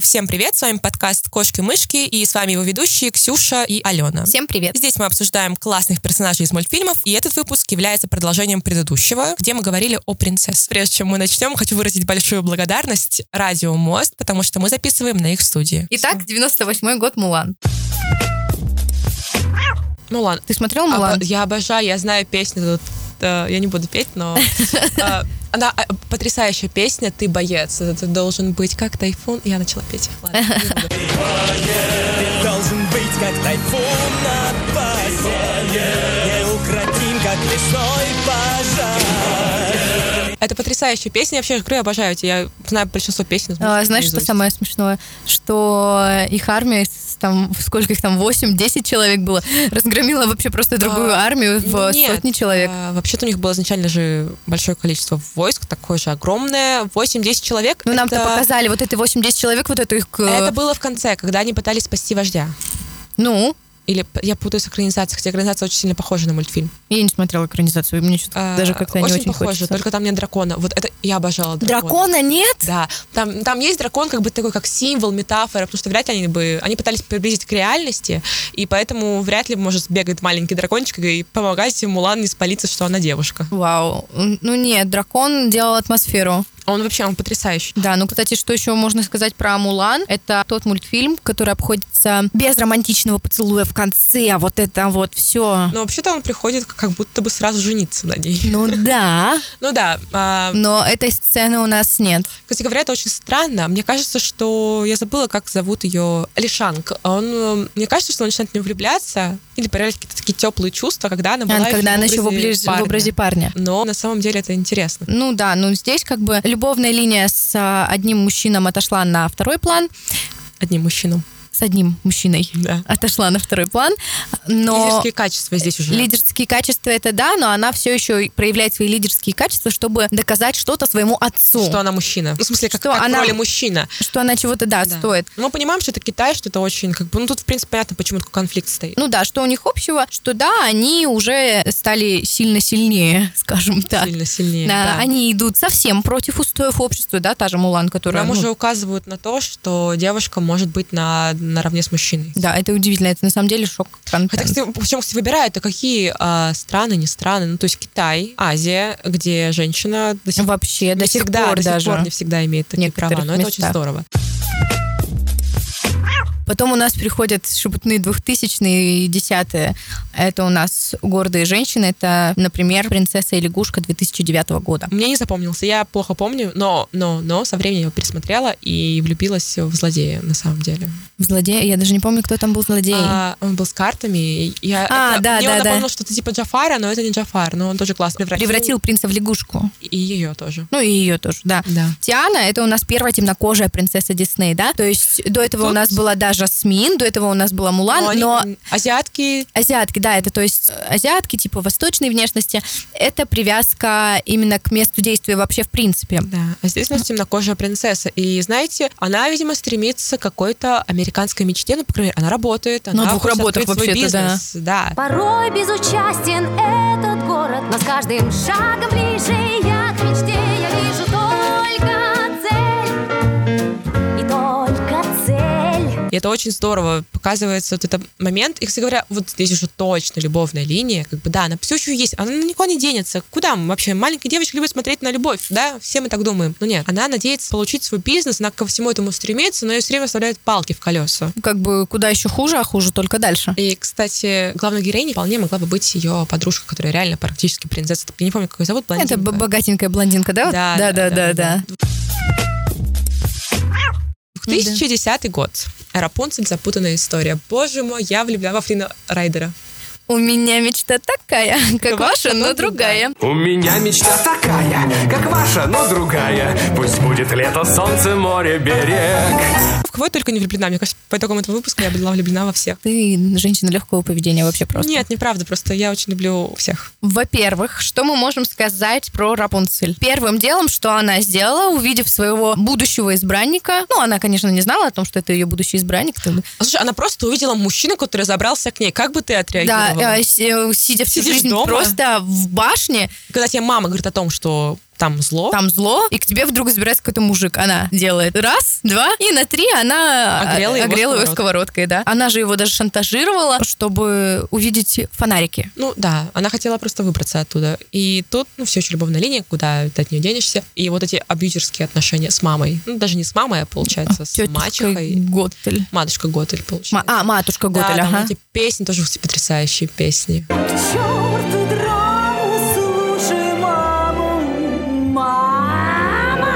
Всем привет, с вами подкаст «Кошки-мышки» и с вами его ведущие Ксюша и Алена. Всем привет. Здесь мы обсуждаем классных персонажей из мультфильмов, и этот выпуск является продолжением предыдущего, где мы говорили о принцесс. Прежде чем мы начнем, хочу выразить большую благодарность Радио Мост, потому что мы записываем на их студии. Итак, 98-й год Мулан. Ну ладно. Ты смотрел Мулан? Обо- Я обожаю, я знаю песню тут. э, Я не буду петь, но... э, Она э, потрясающая песня «Ты боец», это ты должен быть как тайфун. Я начала петь. Ладно, не буду. Должен быть как тайфун на Неукротим, как лесной пожар Это потрясающая песня. Я вообще игры обожаю. эти. Я знаю большинство песен. из А, мультика Знаешь, что наизусть. самое смешное? Что их армия, с- там, сколько их там, 8-10 человек было, разгромила вообще просто другую А, армию в Нет, сотни человек. а, вообще-то у них было изначально же большое количество войск, такое же огромное. 8-10 человек. Ну, нам-то это- показали вот эти 8-10 человек, вот эту их... э, Это было в конце, когда они пытались спасти вождя. Ну, Или п- я путаю с экранизацией, хотя экранизация очень сильно похожа на мультфильм. я не смотрела экранизацию, и мне что-то А, даже как-то не очень похожа, хочется. только там нет дракона. Вот это я обожала дракона. Дракона нет? Да, там, там есть дракон как бы такой, как символ, метафора, потому что вряд ли они бы, они пытались приблизить к реальности, и поэтому вряд ли может бегать маленький дракончик и помогать ему Мулан не спалиться, что она девушка. Вау. Ну нет, дракон делал атмосферу. Он вообще, он потрясающий. Да, ну, кстати, что еще можно сказать про Мулан? Это тот мультфильм, который обходится без романтичного поцелуя в конце, вот это вот все. Но вообще-то он приходит как будто бы сразу жениться на ней. Ну да, Ну да, а, но этой сцены у нас нет. кстати говоря, это очень странно. Мне кажется, что я забыла, как зовут ее Лишанг. Он, э, мне кажется, что он начинает в нее влюбляться или проявлять какие-то такие теплые чувства, когда она была А, когда она еще в оближе- в парня. образе парня. Но на самом деле это интересно. Ну да, ну здесь как бы любовная линия с а, одним мужчином отошла на второй план, Одним мужчинам. с одним мужчиной Да. отошла на второй план, но... Лидерские качества здесь уже. Лидерские качества это да, но она все еще проявляет свои лидерские качества, чтобы доказать что-то своему отцу. Что она мужчина. Ну, в смысле, как, Что как в она- роли мужчина. что она чего-то да, Да. стоит. Мы понимаем, что это Китай, что это очень, как бы, ну тут, в принципе, понятно, почему такой конфликт стоит. Ну да, что у них общего, что да, они уже стали сильно сильнее, скажем так. Сильно сильнее. Да, да. Они идут совсем против устоев общества, да, та же Мулан, которая... Нам ну, уже указывают на то, что девушка может быть на, наравне с мужчиной. Да, это удивительно, это на самом деле шок. Хотя, контент. кстати, причем, кстати, выбирают, то какие а, страны, не страны, ну, то есть Китай, Азия, где женщина до сих, Вообще, не до сих всегда, пор до сих даже. пор не всегда имеет такие Некоторых права, но это очень местах. здорово. Потом у нас приходят шепотные двухтысячные и десятые. Это у нас «Гордые женщины». Это, например, «Принцесса и лягушка» 2009 года. Мне не запомнился, я плохо помню, но, но, но со временем я его пересмотрела и влюбилась в злодея, на самом деле. Злодей, я даже не помню, кто там был злодей. А, он был с картами, и я, А, да, мне да, он да. напомнил что-то типа Джафара, но это не Джафар, но он тоже классно превратил. Превратил принца в лягушку. И ее тоже. Ну и ее тоже, да. Да. Тиана — это у нас первая темнокожая принцесса Дисней, да? То есть до этого у Тут- нас была даже Смин, до этого у нас была Мулан, но, они, А, но м, азиатки, Азиатки, да, это то есть э, азиатки типа восточной внешности. Это привязка именно к месту действия вообще в принципе. да. А здесь у нас темнокожая принцесса. И знаете, она, видимо, стремится к какой-то американской мечте. Ну, по крайней мере, она работает, она На Ну, двух хочет работах открыть свой вообще-то, да. бизнес. Да. Порой безучастен этот город, но с каждым шагом ближе я к мечте. Я вижу только цель и только цель. И это очень здорово показывается вот этот момент. И, кстати говоря, вот здесь уже точно любовная линия. Как бы, да, она все еще есть. Она никуда не денется. Куда мы вообще? Маленькая девочка любит смотреть на любовь, да? Все мы так думаем. Но нет, она надеется получить свой бизнес, она ко всему этому стремится, но ее все время оставляют палки в колеса. Ну, Как бы куда еще хуже, а хуже только дальше. И, кстати, главной героиней вполне могла бы быть ее подружка, которая реально практически принцесса. Я не помню, как ее зовут, блондинка. Это б- богатенькая блондинка, да? Да, да, да, да, да, да. да. 2010 год. Рапунцель. Запутанная история. Боже мой, я влюблена во Флина Райдера. У меня мечта такая, как Ваша, ну ваша, но но другая. У меня мечта такая, как ваша, но другая. Пусть будет лето, солнце, море, берег. В кого я только не влюблена. Мне кажется, по итогам этого выпуска я была влюблена во всех. Ты женщина легкого поведения вообще просто. Нет, неправда, просто я очень люблю всех. Во-первых, что мы можем сказать про Рапунцель? Первым делом, что она сделала, увидев своего будущего избранника, ну, она, конечно, не знала о том, что это ее будущий избранник, там, А, Слушай, она просто увидела мужчину, который забрался к ней. Как бы ты Да, отреагировала? э, с- э, сидя всю Сидишь жизнь дома? просто в башне, Когда тебе мама говорит о том, что там зло. там зло, и к тебе вдруг забирается какой-то мужик. Она делает раз, два, и на три она э, Огрела его сковородкой. да. Она же его даже шантажировала, чтобы увидеть фонарики. Ну да, она хотела просто выбраться оттуда. И тут, ну, все еще любовная линия, куда ты от нее денешься. И вот эти абьюзерские отношения с мамой. Ну, даже не с мамой, а получается, с Тетушка мачехой. Готель. Матушка Готель, Ма- получается. а, матушка Да, Готель, там ага. эти песни тоже все потрясающие песни. Черт, драму, слушай маму, мама,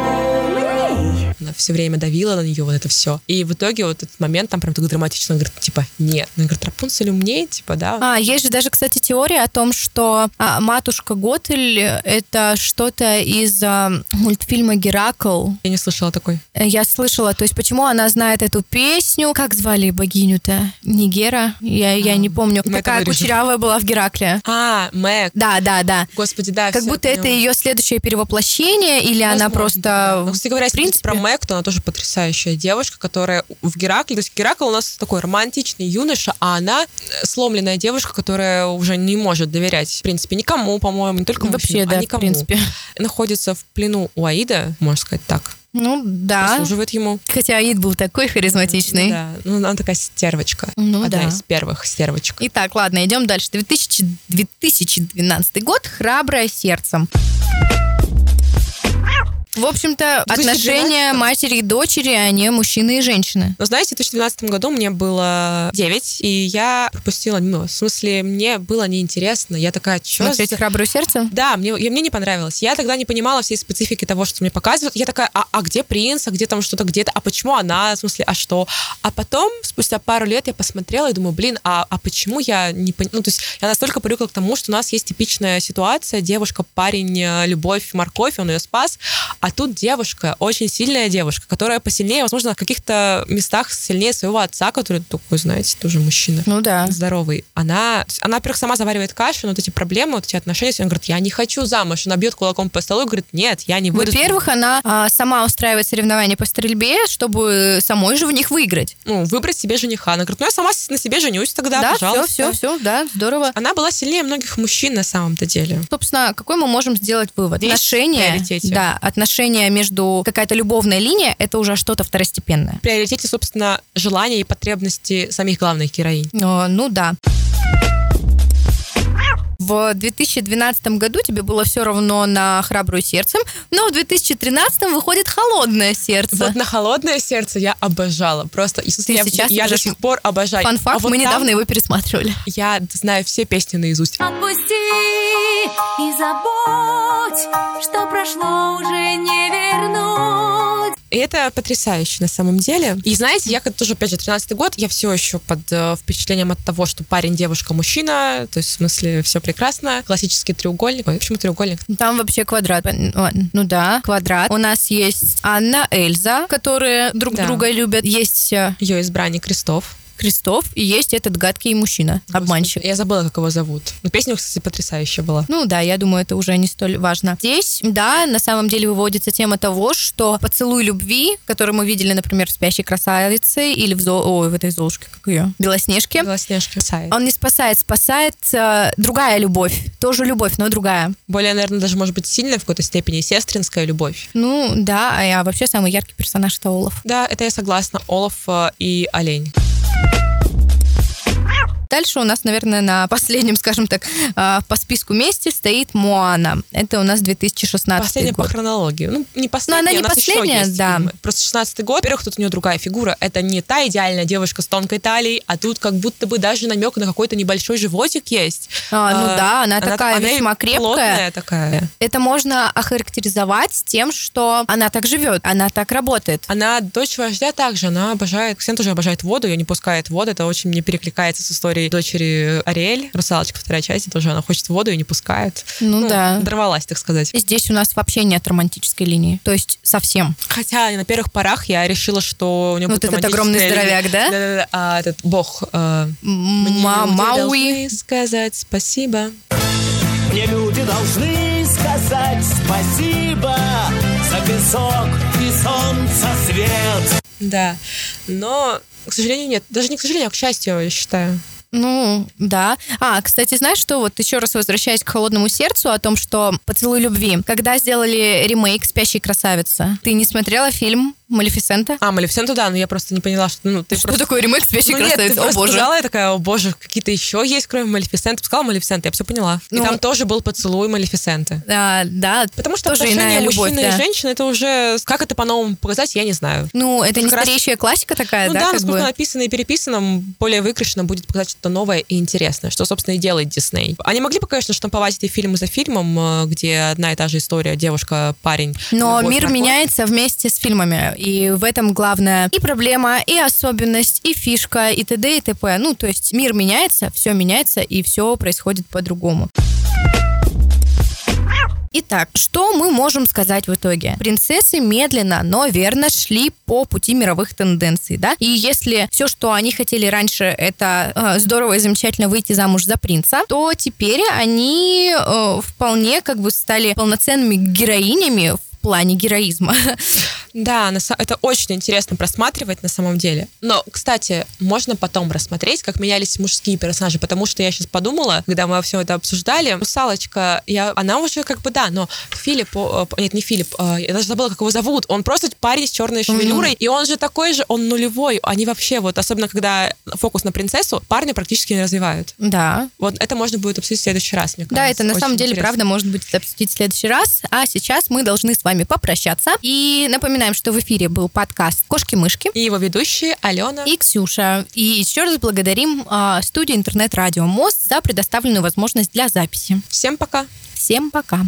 умней. Она все время давила на нее вот это все. И в итоге вот этот момент там прям так драматично. Она говорит, типа, нет. Она говорит, Рапунцель умнее, типа, да. А, есть же даже, кстати, теория о том, что а, матушка Готель это что-то из а, мультфильма Геракл. Я не слышала такой. Э, Я слышала, то есть почему она знает эту песню? Как звали богиню-то? Нигера? Я, я не помню. Мы ну, это Такая вырежем. кучерявая была в Геракле. А, Мэг. Да, да, да. Господи, да. Как всё, будто я это поняла. ее следующее перевоплощение, или она Возможно, да. просто... Ну, кстати говоря, в если говорить принципе... про Мэг, то она тоже потрясающая девушка, которая в Геракле... То есть Геракл у нас такой романтичный юноша, а она э, сломленная девушка, которая уже не может доверять, в принципе, никому, по-моему, не только Вообще, мужчинам, да, а в никому. принципе. Находится в плену у Аида, можно сказать так. Ну, да. Служивает ему. Хотя Аид был такой харизматичный. Да, ну она такая стервочка. Ну Одна да. из первых стервочек. Итак, ладно, идем дальше. 2000 2012 год. Храброе сердцем. В общем-то, 2012? отношения матери и дочери, они мужчины и женщины. Но знаете, в 2012 году мне было 9, и я пропустила мимо. В смысле, мне было неинтересно. Я такая, что Смотреть «Храброе сердце»? Да, мне, я- мне не понравилось. Я тогда не понимала всей специфики того, что мне показывают. Я такая, а, а где принц, а где там что-то, где-то, а почему она, в смысле, а что? А потом, спустя пару лет, я посмотрела и думаю, блин, а, а почему я не понимаю? Ну, то есть я настолько привыкла к тому, что у нас есть типичная ситуация, девушка, парень, э, любовь, морковь, он ее спас, а тут девушка, очень сильная девушка, которая посильнее, возможно, в каких-то местах сильнее своего отца, который такой, знаете, тоже мужчина Ну да. здоровый, она, то есть она, во-первых, сама заваривает кашу, но вот эти проблемы, вот эти отношения, она говорит, я не хочу замуж, она бьет кулаком по столу и говорит, нет, я не вырасту. Ну, Во-первых, она а, сама устраивает соревнования по стрельбе, чтобы самой же в них выиграть. ну, выбрать себе жениха. Она говорит, ну, я сама с- на себе женюсь тогда, все, пожалуйста. все, все, да, здорово. Она была сильнее многих мужчин на самом-то деле. Собственно, какой мы можем сделать вывод? Здесь в отношения, приоритете. да, отношения между какая-то любовная линия, это уже что-то второстепенное. В приоритете, собственно, желания и потребности самих главных героинь. Э, ну да. В 2012 году тебе было все равно на храбрую сердцем, но в 2013 выходит холодное сердце. Вот на холодное сердце я обожала. Просто и, в смысле, Ты я, сейчас я уже до ж- сих пор обожаю. Фан факт, А вот мы там недавно его пересматривали. Я знаю все песни наизусть. Отпусти и забудь, что прошло уже не вернуть. И это потрясающе на самом деле. И знаете, я как тоже, опять же, 13 год, я все еще под э, впечатлением от того, что парень, девушка, мужчина, то есть в смысле все прекрасно, классический треугольник. Ой, почему треугольник? Там вообще квадрат. Ладно, Ну да, квадрат. У нас есть Анна, Эльза, которые друг Да. друга любят. Есть э, Ее избранник Крестов. Крестов и есть этот гадкий мужчина, обманщик. Господи, Я забыла, как его зовут. Но песня, кстати, потрясающая была. Ну да, я думаю, это уже не столь важно. Здесь, да, на самом деле выводится тема того, что поцелуй любви, который мы видели, например, в «Спящей красавице» или в, Зо... Ой, в этой «Золушке», как ее? «Белоснежке», Белоснежка. Сай. он не спасает, спасает э, другая любовь. Тоже любовь, но другая. Более, наверное, даже, может быть, сильная в какой-то степени сестринская любовь. Ну да, а я вообще самый яркий персонаж это Олаф. Да, это я согласна. Олаф э, и Олень. Дальше у нас, наверное, на последнем, скажем так, э, по списку месте стоит Моана. Это у нас 2016 Последняя год. по хронологии. Ну, не последняя, она не у нас ещё последняя, есть да. фильмы. Просто 16 год. Во-первых, тут у нее другая фигура. Это не та идеальная девушка с тонкой талией, а тут как будто бы даже намек на какой-то небольшой животик есть. А, ну А, да, она такая весьма крепкая. плотная такая. Это можно охарактеризовать тем, что она так живет, она так работает. Она дочь вождя также, она обожает, Ксен тоже обожает воду, ее не пускает в воду, это очень мне перекликается с историей дочери Ариэль, русалочка вторая часть, тоже она хочет в воду, ее не пускает. Ну да. Дорвалась, так сказать. Здесь у нас вообще нет романтической линии. То есть совсем. Хотя на первых порах я решила, что у него Вот будет Ну, этот огромный романтическая здоровяк, да? Да-да-да. А этот бог... э, «Мне Ма- люди Мауи. должны сказать спасибо. Мне люди должны сказать спасибо За песок и солнце свет Да. Но, к сожалению, нет. Даже не к сожалению, а к счастью, я считаю. Ну, да. А, кстати, знаешь, что вот еще раз возвращаясь к холодному сердцу о том, что поцелуй любви. Когда сделали ремейк «Спящей красавицы», ты не смотрела фильм «Малефисента»? А, Малефисента, да, но я просто не поняла, что... Ну, ты Что просто... такое ремейк «Спящей Ну, нет, ты красавицы»? О, просто боже. сказала, я такая, о боже, какие-то еще есть, кроме Малефисента. Ты сказала Малефисента, я все поняла. И Ну, там тоже был поцелуй Малефисента. А, да, Потому что тоже отношения иная любовь, мужчины да. и женщины, это уже... Как это по-новому показать, я не знаю. Ну, это не Как раз- стареющая классика такая, Ну да, да, как насколько бы? написано и переписано, м, более выкрашено будет показать что-то новое и интересное, что, собственно, и делает Дисней. Они могли бы, конечно, штамповать эти фильмы за фильмом, э, где одна и та же история, девушка, парень. Но любовь, мир бракон. меняется вместе с фильмами. И в этом главная и проблема, и особенность, и фишка, и т.д. и т.п. Ну, то есть мир меняется, все меняется, и все происходит по-другому. Итак, что мы можем сказать в итоге? Принцессы медленно, но верно шли по пути мировых тенденций, да? И если все, что они хотели раньше, это э, здорово и замечательно выйти замуж за принца, то теперь они э, вполне как бы стали полноценными героинями в плане героизма. Да, на са- это очень интересно просматривать на самом деле. Но, кстати, можно потом рассмотреть, как менялись мужские персонажи, потому что я сейчас подумала, когда мы все это обсуждали, русалочка, я, она уже как бы да, но Филипп, о, о, нет, не Филипп, а, я даже забыла, как его зовут, он просто парень с черной шевелюрой, и он же такой же, он нулевой, они вообще вот, особенно когда фокус на принцессу, парня практически не развивают. Да. Вот это можно будет обсудить в следующий раз, мне кажется. Да, это на Очень самом деле, интересно. правда, может быть, это обсудить в следующий раз. А сейчас мы должны с вами попрощаться. И напоминаем, что в эфире был подкаст «Кошки-мышки». И его ведущие Алена и Ксюша. И еще раз благодарим а, студию интернет-радио МОЗ за предоставленную возможность для записи. Всем пока! Всем пока.